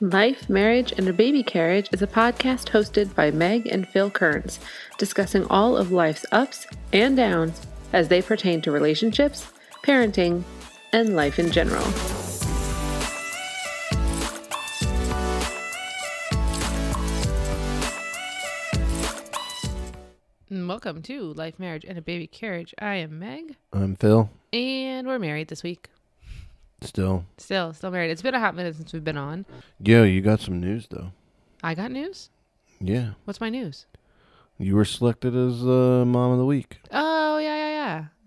Life, Marriage, and a Baby Carriage is a podcast hosted by Meg and Phil Kearns, discussing all of life's ups and downs as they pertain to relationships, parenting, and life in general. And Mm, Welcome to Life, Marriage, and a Baby Carriage. I am Meg, I'm Phil. and we're married this week. Still. Still, still married. It's been a hot minute since we've been on. Yo, you got some news though. I got news. Yeah. What's my news? You were selected as uh, mom of the week. Oh yeah, yeah,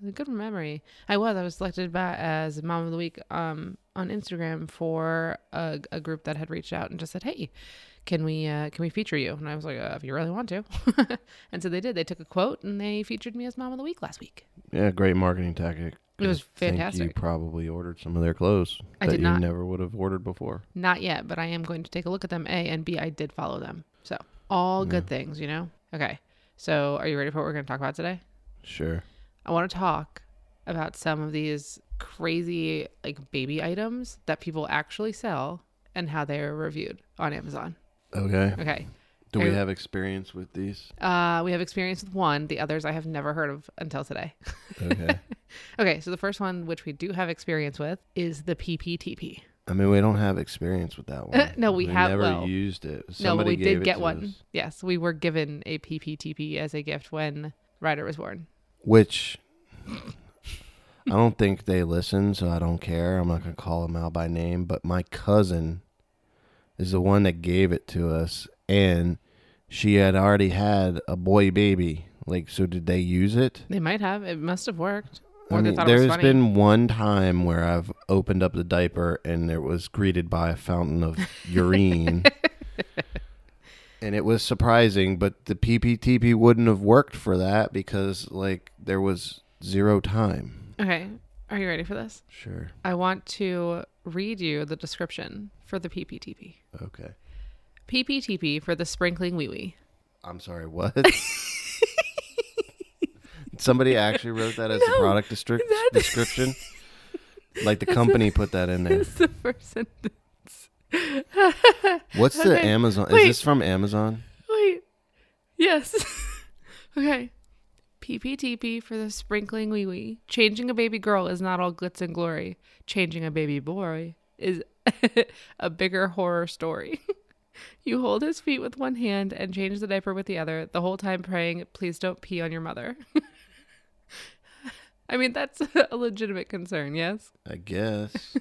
yeah. Good memory. I was. I was selected by as mom of the week um on Instagram for a, a group that had reached out and just said, "Hey, can we uh, can we feature you?" And I was like, uh, "If you really want to." and so they did. They took a quote and they featured me as mom of the week last week. Yeah, great marketing tactic. It was I think You fantastic. probably ordered some of their clothes I that did you not. never would have ordered before. Not yet, but I am going to take a look at them. A and B, I did follow them. So all good things, you know. Okay. So are you ready for what we're going to talk about today? Sure. I want to talk about some of these crazy like baby items that people actually sell and how they are reviewed on Amazon. Okay. Okay. Do I- we have experience with these? Uh, we have experience with one. The others I have never heard of until today. Okay. okay. So the first one, which we do have experience with, is the PPTP. I mean, we don't have experience with that one. No, we have- never well, used it. no, but Somebody we gave did it get to one. us. Yes. We were given a PPTP as a gift when Ryder was born. which I don't think they listen, so I don't care. I'm not going to call them out by name, but my cousin is the one that gave it to us, and she had already had a boy baby. Like, so did they use it? They might have. It must have worked. Or I they mean, thought it was there's funny. been one time where I've opened up the diaper and it was greeted by a fountain of urine. and it was surprising, but the PPTP wouldn't have worked for that because, like, there was zero time. Okay. Are you ready for this? Sure. I want to read you the description for the PPTP. Okay. PPTP for the sprinkling wee wee. I'm sorry, what? Somebody actually wrote that as a product destri- that- description. Like the company put that in there. It's the first sentence. What's the Okay, Amazon? wait. Is this from Amazon? Wait. Yes. okay. PPTP for the sprinkling wee wee. Changing a baby girl is not all glitz and glory. Changing a baby boy is a bigger horror story. you hold his feet with one hand and change the diaper with the other, the whole time praying, please don't pee on your mother. I mean, that's a legitimate concern, yes? I guess.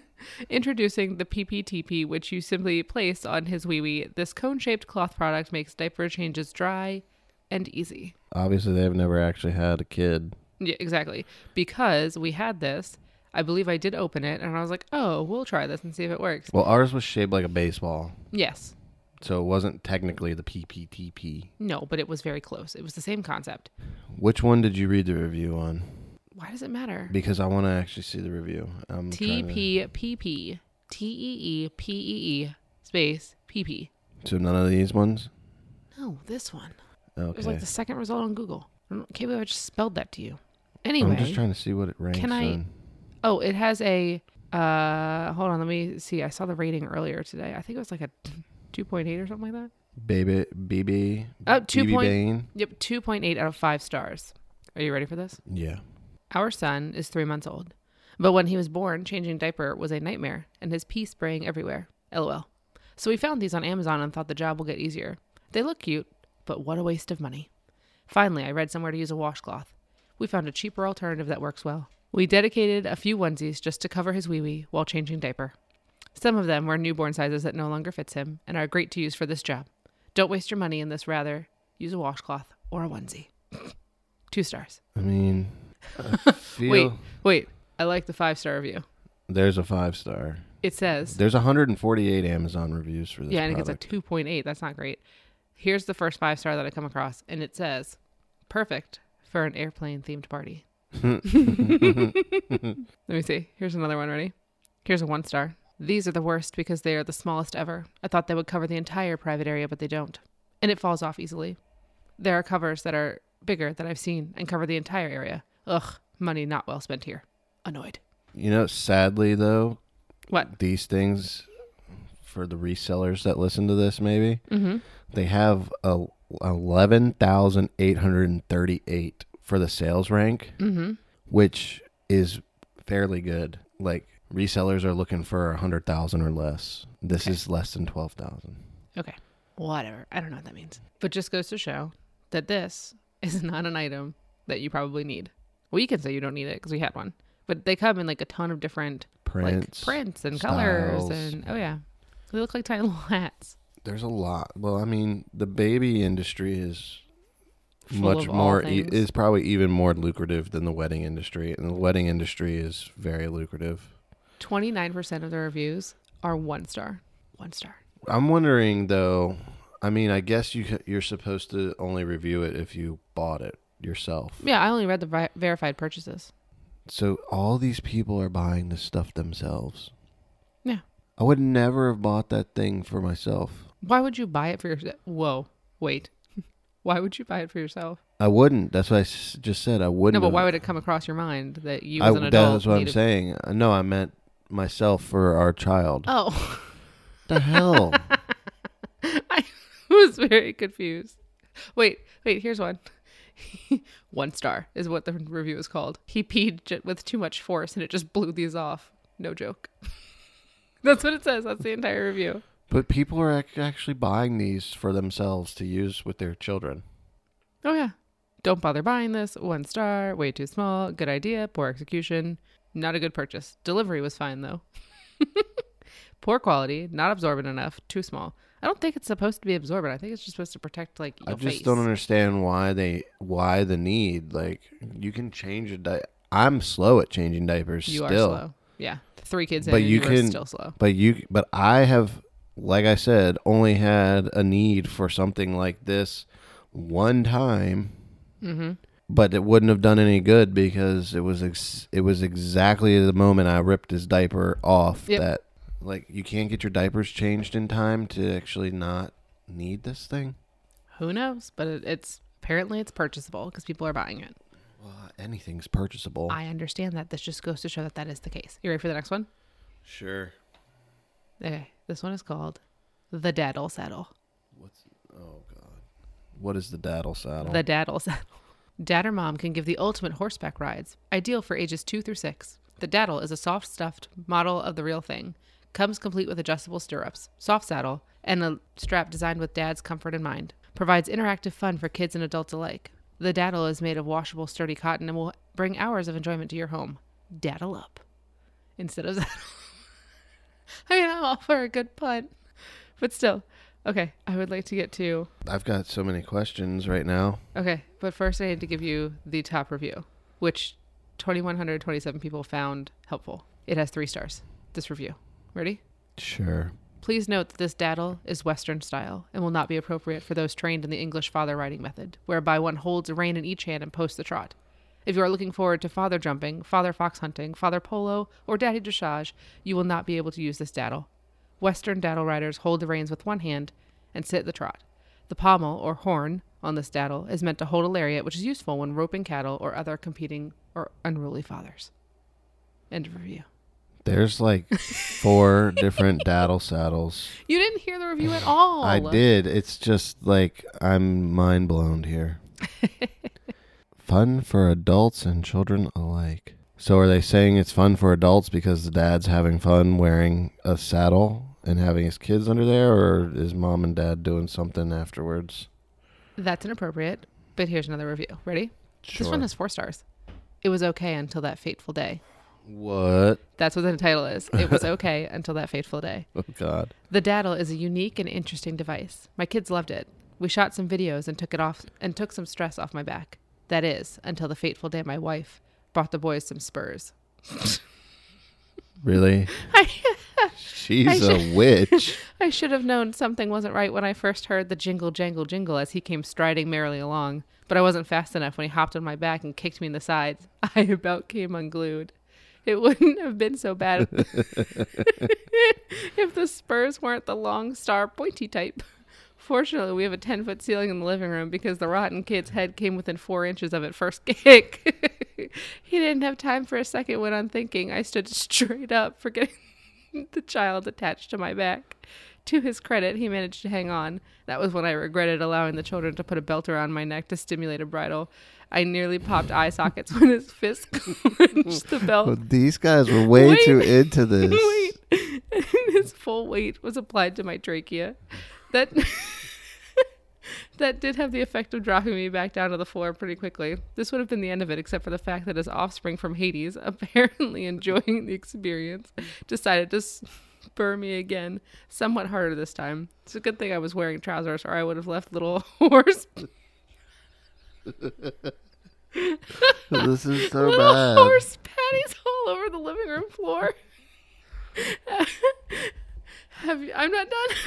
Introducing the PPTP, which you simply place on his wee wee. This cone shaped cloth product makes diaper changes dry and easy. Obviously, they've never actually had a kid. Yeah, exactly. Because we had this, I believe I did open it and I was like, oh, we'll try this and see if it works. Well, ours was shaped like a baseball, Yes. so it wasn't technically the PPTP. No, but it was very close. It was the same concept. Which one did you read the review on? Why does it matter? Because I want to actually see the review. I'm T trying to- P P P T E E P E E space P P. So none of these ones. No, this one. It was Okay. like the second result on Google. I don't- can't believe I just spelled that to you. Anyway. I'm just trying to see what it ranks Can I- in. Oh, it has a. Uh, hold on, let me see. I saw the rating earlier today. I think it was like a 2.8 or something like that. Baby, BB. Oh, two BB point- Bane. Yep, 2.8 out of five stars. Are you ready for this? Yeah. Our son is three months old, but when he was born, changing diaper was a nightmare, and his pee spraying everywhere. LOL. So we found these on Amazon and thought the job will get easier. They look cute, but what a waste of money. Finally, I read somewhere to use a washcloth. We found a cheaper alternative that works well. We dedicated a few onesies just to cover his wee wee while changing diaper. Some of them were newborn sizes that no longer fits him and are great to use for this job. Don't waste your money in this, rather, use a washcloth or a onesie. Two stars. I mean, I feel Wait, wait. I like the five star review. there's a five star. It says, There's 148 Amazon reviews for this. yeah, and it gets a product. 2.8. That's not great. Here's the first five star that I come across, and it says, perfect for an airplane themed party. Let me see. Here's another one. Ready? Here's a one star. These are the worst because they are the smallest ever. I thought they would cover the entire private area, but they don't. And it falls off easily. There are covers that are bigger that I've seen and cover the entire area. Ugh, money not well spent here. Annoyed. You know, sadly though, What? these things for the resellers that listen to this, maybe Mm-hmm. they have a eleven thousand eight hundred and thirty-eight for the sales rank, Mm-hmm. which is fairly good. Like resellers are looking for a hundred thousand or less. This is less than twelve thousand. Okay. Whatever. I don't know what that means. But just goes to show that this is not an item that you probably need. We can say you don't need it because we had one. But they come in like a ton of different Prints. like prints and colors styles. and oh yeah. They look like tiny little hats. There's a lot. Well, I mean, the baby industry is Full much of all more e- things. is probably even more lucrative than the wedding industry, and the wedding industry is very lucrative. Twenty nine percent of the reviews are one star. One star. I'm wondering though. I mean, I guess you ca- you're supposed to only review it if you bought it yourself. Yeah, I only read the vi- verified purchases. So all these people are buying this stuff themselves. Yeah. I would never have bought that thing for myself. Why would you buy it for yourself? Whoa, wait. Why would you buy it for yourself? I wouldn't. That's what I s- just said. I wouldn't. No, but have- why would it come across your mind that you I, as an adult? That's what I'm need to- saying. Uh, No, I meant myself for our child. Oh. the hell? I was very confused. Wait, wait, here's one. one star is what the review is called. He peed j- with too much force and it just blew these off. No joke. That's what it says. That's the entire review. But people are ac- actually buying these for themselves to use with their children. Oh, yeah. Don't bother buying this. One star. Way too small. Good idea. Poor execution. Not a good purchase. Delivery was fine, though. Poor quality. Not absorbent enough. Too small. I don't think it's supposed to be absorbent. I think it's just supposed to protect, like, your I just face. don't understand why they why the need. Like you can change a di- I'm slow at changing diapers. You still. are slow. Yeah, three kids, But in and you you can- are still slow. But you but I have like I said only had a need for something like this one time. Mm-hmm. But it wouldn't have done any good because it was ex- it was exactly the moment I ripped his diaper off Yep. that like you can't get your diapers changed in time to actually not need this thing. Who knows? But it, it's apparently it's purchasable because people are buying it. Well, anything's purchasable. I understand that. This just goes to show that that is the case. You ready for the next one? sure. Okay, this one is called the daddle saddle. Oh god. What is the daddle saddle? The daddle saddle. Dad or mom can give the ultimate horseback rides, ideal for ages two through six. The daddle is a soft stuffed model of the real thing. Comes complete with adjustable stirrups, soft saddle, and a strap designed with dad's comfort in mind. Provides interactive fun for kids and adults alike. The daddle is made of washable, sturdy cotton and will bring hours of enjoyment to your home. Daddle up instead of saddle. I mean, I'm all for a good punt, but still. Okay, I would like to get to I've got so many questions right now. Okay, but first I need to give you the top review, which 2,127 people found helpful. It has three stars, this review. Ready? Sure. Please note that this daddle is Western style and will not be appropriate for those trained in the English father riding method, whereby one holds a rein in each hand and posts the trot. If you are looking forward to father jumping, father fox hunting, father polo, or daddy dressage, you will not be able to use this daddle. Western daddle riders hold the reins with one hand and sit the trot. The pommel or horn on this daddle is meant to hold a lariat, which is useful when roping cattle or other competing or unruly fathers. End of review. There's like four different daddle saddles. You didn't hear the review at all. I did. It's just like I'm mind blown here. fun for adults and children alike. So are they saying it's fun for adults because the dad's having fun wearing a saddle and having his kids under there or is mom and dad doing something afterwards? That's inappropriate, but here's another review. Ready? This Sure. one has four stars. It was okay until that fateful day. What? That's what the title is. It was okay until that fateful day. Oh god. The daddle is a unique and interesting device. My kids loved it. We shot some videos and took it off and took some stress off my back. That is, until the fateful day my wife brought the boys some spurs. Really? She's a witch. I should have known something wasn't right when I first heard the jingle, jangle, jingle as he came striding merrily along, but I wasn't fast enough when he hopped on my back and kicked me in the sides. I about came unglued. It wouldn't have been so bad if the spurs weren't the long, star, pointy type. Fortunately, we have a 10 foot ceiling in the living room because the rotten kid's head came within four inches of it first kick. he didn't have time for a second when unthinking. I stood straight up, forgetting the child attached to my back. To his credit, he managed to hang on. That was when I regretted allowing the children to put a belt around my neck to stimulate a bridle. I nearly popped eye sockets when his fist clenched the belt. Well, these guys were way Wait. too into this. Wait. and his full weight was applied to my trachea. That that did have the effect of dropping me back down to the floor pretty quickly. This would have been the end of it, except for the fact that his offspring from Hades, apparently enjoying the experience, decided to spur me again, somewhat harder this time. It's a good thing I was wearing trousers, or I would have left little horse This is so little bad. horse patties all over the living room floor. have you, I'm not done.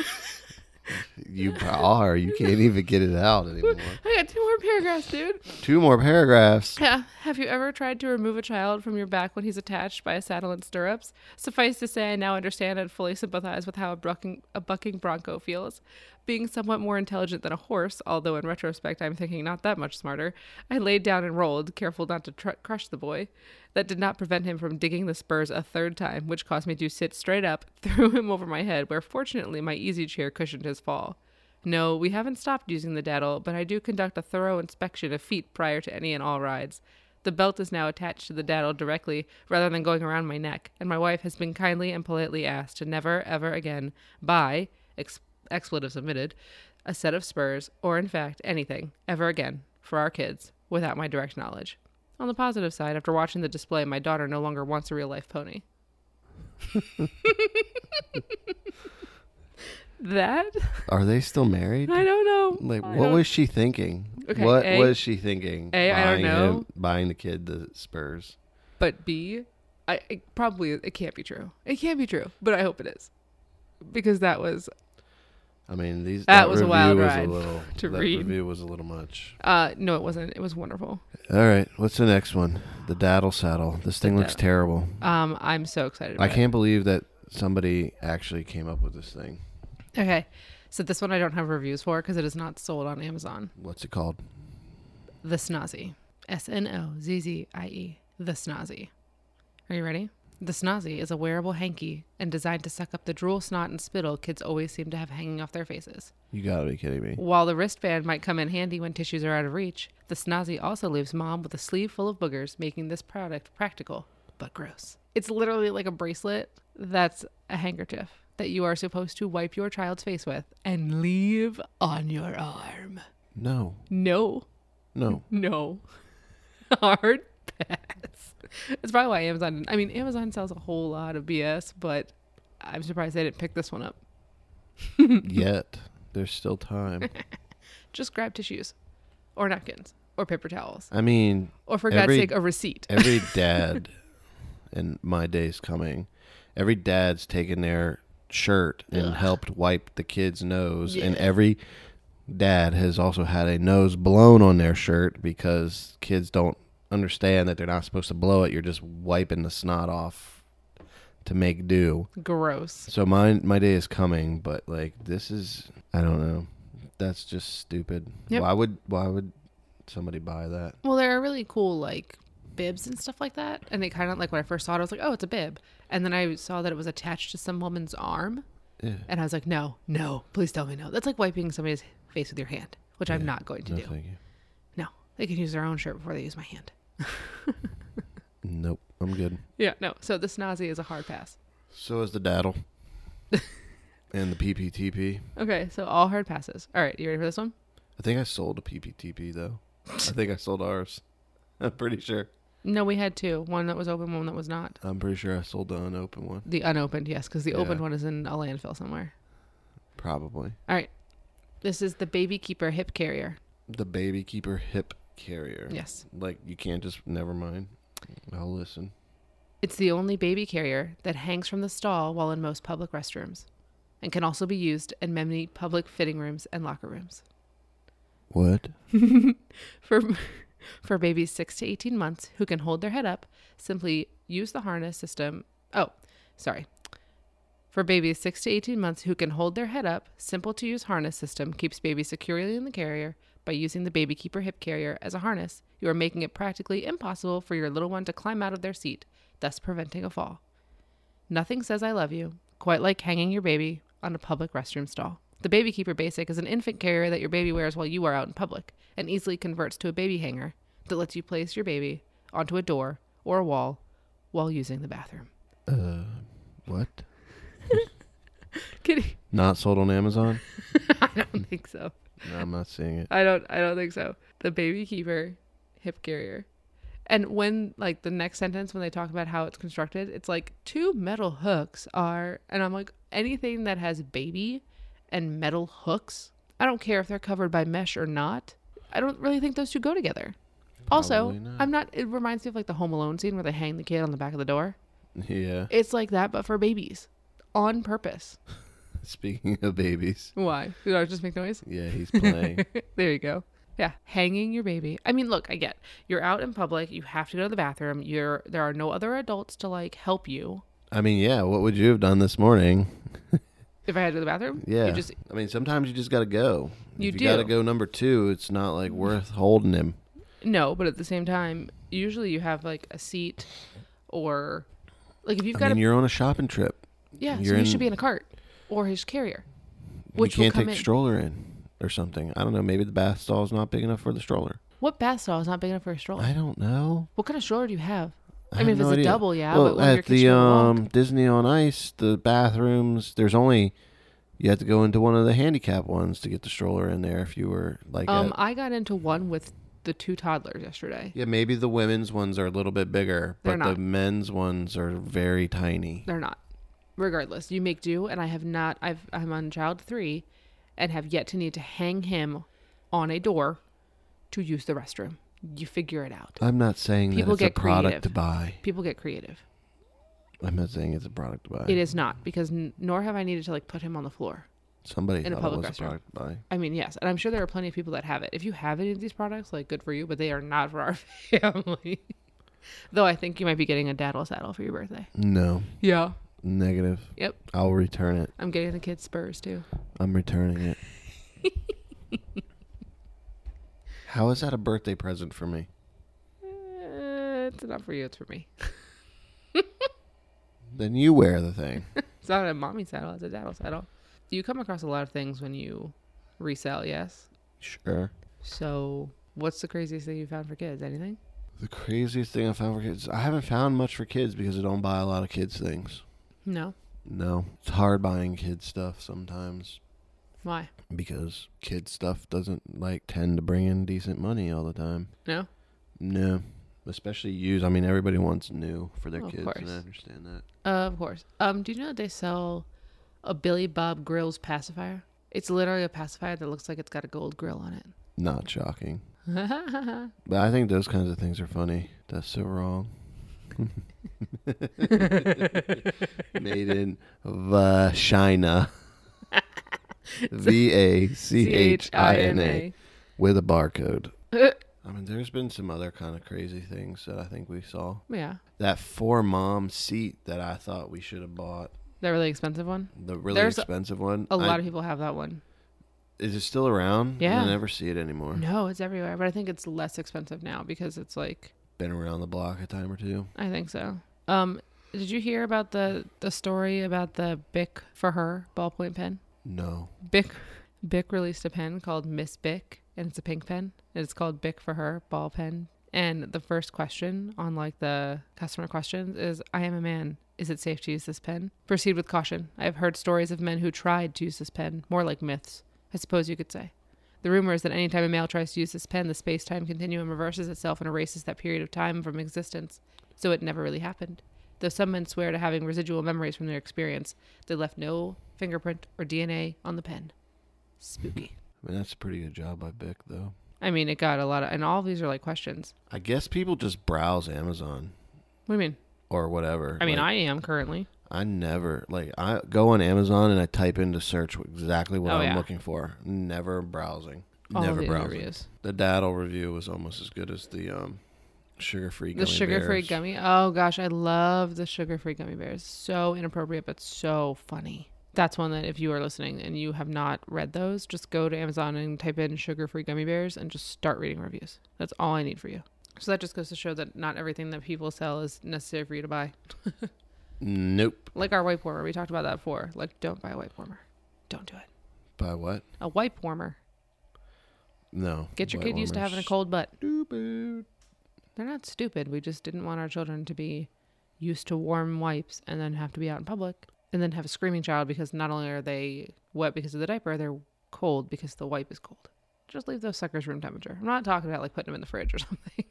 You are. You can't even get it out anymore. I got two more paragraphs, dude. Two more paragraphs. Yeah. Have you ever tried to remove a child from your back when he's attached by a saddle and stirrups? Suffice to say, I now understand and fully sympathize with how a bucking, a bucking bronco feels. Being somewhat more intelligent than a horse, although in retrospect I'm thinking not that much smarter, I laid down and rolled, careful not to tr- crush the boy. That did not prevent him from digging the spurs a third time, which caused me to sit straight up, threw him over my head, where fortunately my easy chair cushioned his fall. No, we haven't stopped using the daddle, but I do conduct a thorough inspection of feet prior to any and all rides. The belt is now attached to the daddle directly rather than going around my neck, and my wife has been kindly and politely asked to never, ever again buy, ex- expletive submitted, a set of spurs, or in fact anything, ever again, for our kids, without my direct knowledge. On the positive side, after watching the display, my daughter no longer wants a real life pony. that? Are they still married? I don't know. Like, I what don't- was she thinking? Okay, what A- was she thinking? A, I don't buying know. buying the kid the Spurs. But B, I it probably it can't be true. It can't be true, but I hope it is, because that was I mean, these That was a review wild was ride little, to that read. Review was a little much. uh no, it wasn't. It was wonderful. All right, what's the next one? The daddle saddle. This thing looks daddle. terrible. Um, I'm so excited. About I can't believe that somebody actually came up with this thing. It. Okay, so this one I don't have reviews for because it is not sold on Amazon. What's it called? The Snazzy, S N O Z Z I E. The Snazzy. Are you ready? The Snazzy is a wearable hanky and designed to suck up the drool, snot, and spittle kids always seem to have hanging off their faces. You gotta be kidding me. While the wristband might come in handy when tissues are out of reach, the snazzy also leaves mom with a sleeve full of boogers, making this product practical but gross. It's literally like a bracelet that's a handkerchief that you are supposed to wipe your child's face with and leave on your arm. No, No, no. no. Hard pass. That's probably why Amazon. I mean, Amazon sells a whole lot of BS, but I'm surprised they didn't pick this one up. Yet there's still time. Just grab tissues or napkins or paper towels. I mean, Or for Every- God's sake, a receipt. every dad, and my day's coming. Every dad's taken their shirt and helped wipe the kid's nose, and Yeah. every dad has also had a nose blown on their shirt because kids don't understand that they're not supposed to blow it. You're just wiping the snot off to make do. Gross. So my my day is coming, but like this is I don't know. That's just stupid. Yep. Why would why would somebody buy that? Well, there are really cool like bibs and stuff like that. And they kind of like when I first saw it, I was like, oh, it's a bib. And then I saw that it was attached to some woman's arm. Yeah. And I was like, no, no, please tell me no. That's like wiping somebody's face with your hand, which I'm not going to No, do. thank you. No, they can use their own shirt before they use my hand. Nope. I'm good. Yeah, no. So the snazzy is a hard pass. So is the daddle. and the PPTP. Okay, so all hard passes. All right, you ready for this one? I think I sold a PPTP though. I think I sold ours. I'm pretty sure. No, we had two. One that was open, one that was not. I'm pretty sure I sold the unopened one. The unopened, yes, because the Yeah. opened one is in a landfill somewhere. Probably. All right. This is the baby keeper hip carrier. The baby keeper hip carrier. Yes. Like you can't just never mind. I'll listen. It's the only baby carrier that hangs from the stall while in most public restrooms and can also be used in many public fitting rooms and locker rooms. What? For for babies 6 to 18 months who can hold their head up, simply use the harness system. Oh, sorry. For babies 6 to 18 months who can hold their head up, simple to use harness system keeps baby securely in the carrier by using the baby keeper hip carrier as a harness. You are making it practically impossible for your little one to climb out of their seat, thus preventing a fall. Nothing says I love you quite like hanging your baby on a public restroom stall. The Baby Keeper Basic is an infant carrier that your baby wears while you are out in public and easily converts to a baby hanger that lets you place your baby onto a door or a wall while using the bathroom. Uh, what? Kitty, Not sold on Amazon? I don't think so. No, I'm not seeing it. I don't I don't think so. The baby keeper hip carrier. And when like the next sentence when they talk about how it's constructed, it's like two metal hooks are and I'm like anything that has baby and metal hooks, I don't care if they're covered by mesh or not. I don't really think those two go together. Also, Probably not. I'm not it reminds me of like the home alone scene where they hang the kid on the back of the door. Yeah. It's like that but for babies. On purpose. Speaking of babies. Why? Did I just make noise? Yeah, he's playing. there you go. Yeah, hanging your baby. I mean, look, I get you're out in public. You have to go to the bathroom. You're there are no other adults to like help you. I mean, yeah, what would you have done this morning? If I had to go to the bathroom, Yeah. you just I mean, sometimes you just got to go. You if you got to do. go number two. It's not like worth holding him. no. But at the same time, usually you have like a seat or like if you've I got mean, a you're on a shopping trip. yeah, so you're he in- should be in a cart or his carrier, which you will can't come take in. the stroller in or something. I don't know. Maybe the bath stall is not big enough for the stroller. what bath stall is not big enough for a stroller? I don't know. what kind of stroller do you have? I, have mean, if no it's idea. a double, yeah. Well, but one your at kids the can walk. um, Disney on Ice, the bathrooms, there's only you have to go into one of the handicap ones to get the stroller in there. If you were like, um, at- I got into one with the two toddlers yesterday. yeah, maybe the women's ones are a little bit bigger, They're but the not. men's ones are very tiny. They're not. Regardless, you make do, and I have not. I've I'm on child three, and have yet to need to hang him on a door to use the restroom. You figure it out. I'm not saying People that get it's a product creative. to buy. People get creative. I'm not saying it's a product to buy. It is not because n- nor have I needed to like put him on the floor. Somebody in a thought it public was a restroom. product to buy. I mean, yes, and I'm sure there are plenty of people that have it. If you have any of these products, like good for you, but they are not for our family. Though I think you might be getting a daddle saddle for your birthday. No, Yeah. negative. Yep. I'll return it. I'm getting the kids spurs too. I'm returning it. How is that a birthday present for me? Eh, it's not for you. It's for me. Then you wear the thing. It's not a mommy saddle, it's a daddle saddle. You come across a lot of things when you resell, yes? Sure. So, what's the craziest thing you found for kids? Anything? The craziest thing I found for kids, I haven't found much for kids because I don't buy a lot of kids things. No. No, it's hard buying kids stuff sometimes Why? because kids stuff doesn't like tend to bring in decent money all the time. No? No, especially used. I mean, everybody wants new for their Of kids, and I course. understand that. of course. Um, do you know that they sell a Billy Bob Grills pacifier? It's literally a pacifier that looks like it's got a gold grill on Not shocking, it. but I think those kinds of things are funny. That's so wrong. Made in Vashina. V A C H I N A. with a barcode. I mean, there's been some other kind of crazy things that I think we saw. Yeah. That four mom seat that I thought we should have bought, That really expensive one? the really There's a- expensive one. A I- lot of people have that one. is it still around? Yeah. I never see it anymore. No, it's everywhere, but I think it's less expensive now because it's like Been around the block a time or two. I think so. Um, did you hear about the the story about the Bic for her ballpoint pen? No. Bic Bic released a pen called Miss Bic, and it's a pink pen. And it's called Bic for her ball pen. And the first question on like the customer questions is, "I am a man. Is it safe to use this pen? Proceed with caution. I have heard stories of men who tried to use this pen, more like myths, I suppose you could say." The rumor is that any time a male tries to use this pen, the space time continuum reverses itself and erases that period of time from existence, so it never really happened. Though some men swear to having residual memories from their experience, they left no fingerprint or DNA on the pen. Spooky. I mean, that's a pretty good job by Bick, though. I mean, it got a lot of, and all of these are like questions. I guess people just browse Amazon What do you mean? or whatever. I mean, Like, I am currently. I never like I go on Amazon and I type into search exactly what Oh, I'm yeah. looking for. Never browsing. All of never the browsing. reviews. The daddle review was almost as good as the um, sugar-free. The gummy sugar-free bears. gummy. Oh gosh, I love the sugar-free gummy bears. So inappropriate, but so funny. That's one that if you are listening and you have not read those, just go to Amazon and type in sugar-free gummy bears and just start reading reviews. That's all I need for you. So that just goes to show that not everything that people sell is necessary for you to buy. Nope. Like our wipe warmer. We talked about that before. Like, don't buy a wipe warmer. Don't do it. By what? A wipe warmer. No. Get your White kid used to warmers. having a cold butt. Stupid. They're not stupid. We just didn't want our children to be used to warm wipes and then have to be out in public and then have a screaming child because not only are they wet because of the diaper, they're cold because the wipe is cold. Just leave those suckers room temperature. I'm not talking about like putting them in the fridge or something.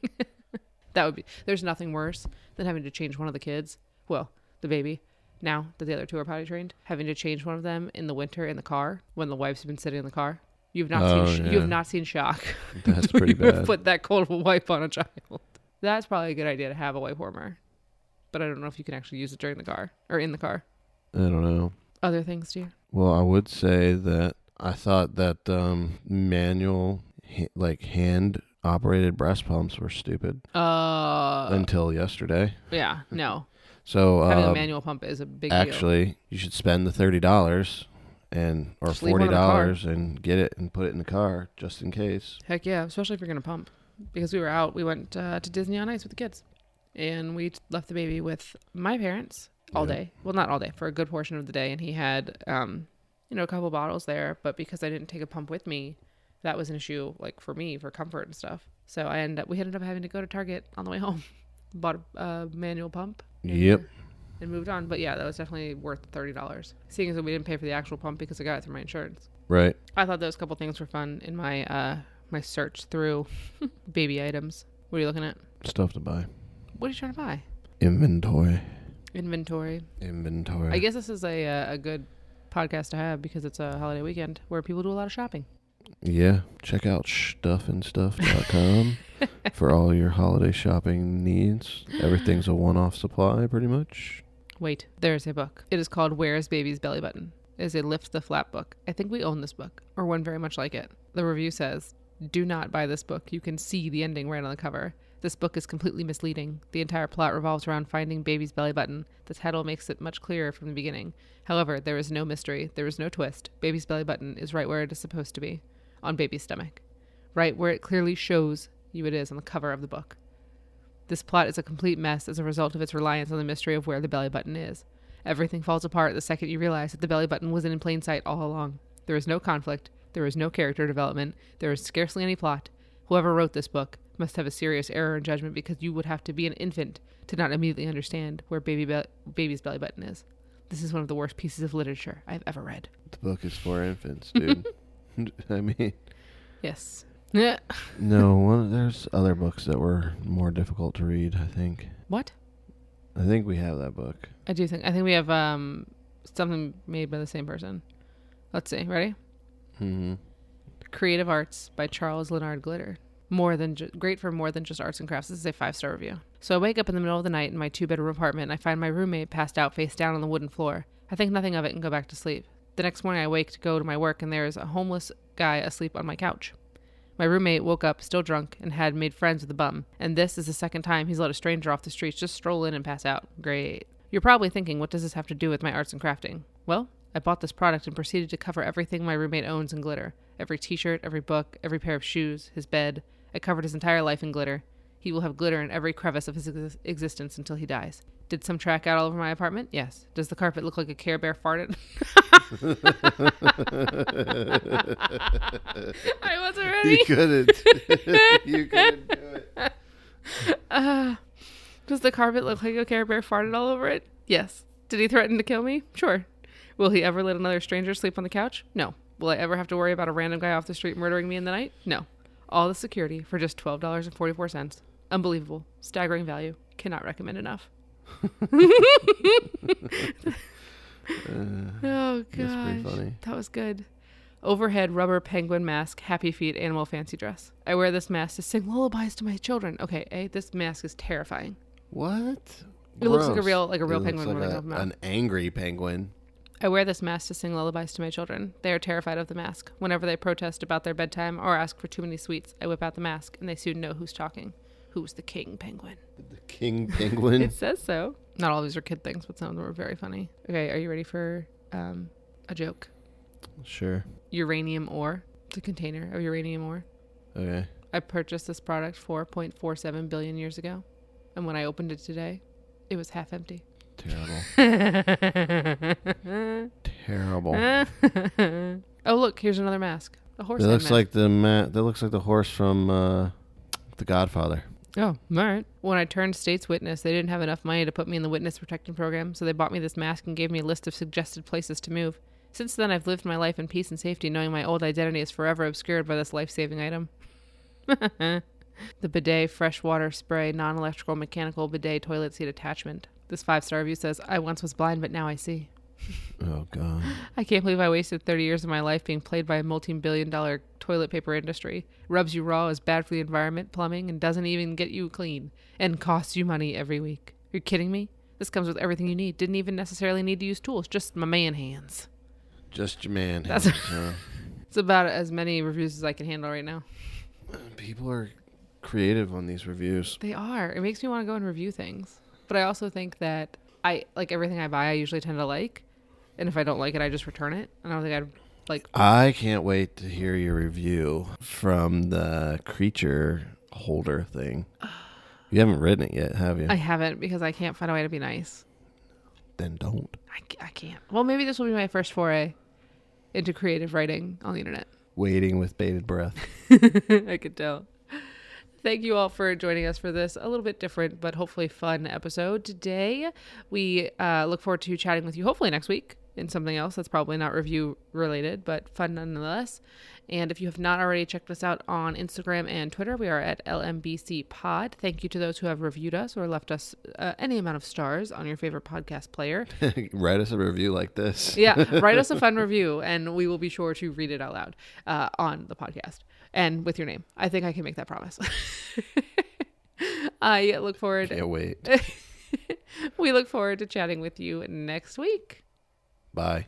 that would be there's nothing worse than having to change one of the kids. Well, the baby. Now that the other two are potty trained, having to change one of them in the winter in the car when the wipes have been sitting in the car. You've not Oh, seen you yeah. have not seen shock That's when pretty you bad. put that cold of a wipe on a child. That's probably a good idea to have a wipe warmer. But I don't know if you can actually use it during the car or in the car. I don't know. Other things, dear. Well, I would say that I thought that um, manual, ha- like hand operated breast pumps were stupid Uh, until yesterday. yeah, no. So Having a uh, manual pump is a big deal. actually, you should spend the thirty dollars and or Just leave one forty in the car. dollars and get it and put it in the car just in case. Heck yeah, especially if you're gonna pump. Because we were out, we went uh, to Disney on Ice with the kids, and we t- left the baby with my parents all Yeah. day. Well, not all day, for a good portion of the day. And he had, um, you know, a couple bottles there, but because I didn't take a pump with me, that was an issue, like for me, for comfort and stuff. So I ended up, we ended up having to go to Target on the way home, bought a uh, manual pump. and- Yep. And moved on, but yeah, that was definitely worth thirty dollars. Seeing as though we didn't pay for the actual pump because I got it through my insurance. Right. I thought those couple things were fun in my uh my search through baby items. What are you looking at? Stuff to buy. What are you trying to buy? Inventory. Inventory. Inventory. I guess this is a uh, a good podcast to have because it's a holiday weekend where people do a lot of shopping. Yeah. Check out stuffandstuff.com for all your holiday shopping needs. Everything's a one off supply, pretty much. Wait, there is a book. It is called Where's Baby's Belly Button. It is a lift the flap book. I think we own this book or one very much like it. The review says, "Do not buy this book. You can see the ending right on the cover." This book is completely misleading. The entire plot revolves around finding baby's belly button. The title makes it much clearer from the beginning. However, there is no mystery, there is no twist. Baby's belly button is right where it is supposed to be, on baby's stomach. Right where it clearly shows you it is on the cover of the book. This plot is a complete mess as a result of its reliance on the mystery of where the belly button is. Everything falls apart the second you realize that the belly button was in plain sight all along. There is no conflict, there is no character development, there is scarcely any plot. Whoever wrote this book must have a serious error in judgment because you would have to be an infant to not immediately understand where baby be- baby's belly button is. This is one of the worst pieces of literature I've ever read. The book is for infants, dude. I mean, Yes. Yeah. no, one, there's other books that were more difficult to read, I think. What? I think we have that book. I do think I think we have um something made by the same person. Let's see. Ready? Mm-hmm. Creative Arts by Charles Leonard Glitter. More than ju- great for more than just arts and crafts. This is a five star review. So I wake up in the middle of the night in my two bedroom apartment and I find my roommate passed out face down on the wooden floor. I think nothing of it and go back to sleep. The next morning I wake to go to my work and there is a homeless guy asleep on my couch. My roommate woke up still drunk and had made friends with the bum, and this is the second time he's let a stranger off the streets just stroll in and pass out. Great. You're probably thinking, what does this have to do with my arts and crafting? Well, I bought this product and proceeded to cover everything my roommate owns in glitter every t shirt, every book, every pair of shoes, his bed. I covered his entire life in glitter. He will have glitter in every crevice of his ex- existence until he dies. Did some track out all over my apartment? Yes. Does the carpet look like a Care Bear farted? I wasn't ready. You couldn't. you couldn't do it. Uh, Does the carpet look like a Care Bear farted all over it? Yes. Did he threaten to kill me? Sure. Will he ever let another stranger sleep on the couch? No. Will I ever have to worry about a random guy off the street murdering me in the night? No. All the security for just $12.44. Unbelievable. Staggering value. Cannot recommend enough. Uh, oh, God. that's pretty funny. That was good. Overhead rubber penguin mask, happy feet, animal fancy dress. I wear this mask to sing lullabies to my children. Okay, A, this mask is terrifying. What? It looks like a Gross. real- like a real penguin Looks running like off a- the mouth. an angry penguin. I wear this mask to sing lullabies to my children. They are terrified of the mask. Whenever they protest about their bedtime or ask for too many sweets, I whip out the mask and they soon know who's talking. Who's the king penguin? The king penguin. It says so. Not all of these are kid things, but some of them are very funny. Okay, are you ready for um, a joke? sure. Uranium ore. It's a container of uranium ore. Okay. I purchased this product 4.47 billion years ago, and when I opened it today, it was half empty. Terrible. oh, Terrible. look, here's another mask. A horse. That head looks mask. like the ma- that looks like the horse from uh, The Godfather. Oh, all right. When I turned state's witness, they didn't have enough money to put me in the witness protection program, so they bought me this mask and gave me a list of suggested places to move. Since then, I've lived my life in peace and safety, knowing my old identity is forever obscured by this life saving item. the bidet, freshwater spray, non electrical, mechanical bidet toilet seat attachment. This five star review says, I once was blind, but now I see. Oh god. I can't believe I wasted 30 years of my life being played by a multi billion dollar toilet paper industry. Rubs you raw, is bad for the environment, plumbing, and doesn't even get you clean, and costs you money every week. You're kidding me? This comes with everything you need. Didn't even necessarily need to use tools, just my man hands. Just your man. That's- hands, huh? It's about as many reviews as I can handle right now. People are creative on these reviews. They are. It makes me want to go and review things. But I also think that I like everything I buy, I usually tend to like. And if I don't like it, I just return it. And I don't think I'd like, I can't wait to hear your review from the creature holder thing. You haven't written it yet, have you? I haven't because I can't find a way to be nice. then don't. I, c- I can't. Well, maybe this will be my first foray into creative writing on the internet. Waiting with bated breath. I could tell. Thank you all for joining us for this a little bit different but hopefully fun episode today. We uh, look forward to chatting with you hopefully next week in something else that's probably not review related but fun nonetheless. And if you have not already checked us out on Instagram and Twitter, we are at LMBC Pod. Thank you to those who have reviewed us or left us uh, any amount of stars on your favorite podcast player. Write us a review like this. yeah write us a fun review and we will be sure to read it out loud uh, on the podcast and with your name i think i can make that promise i look forward Can't wait. we look forward to chatting with you next week Bye.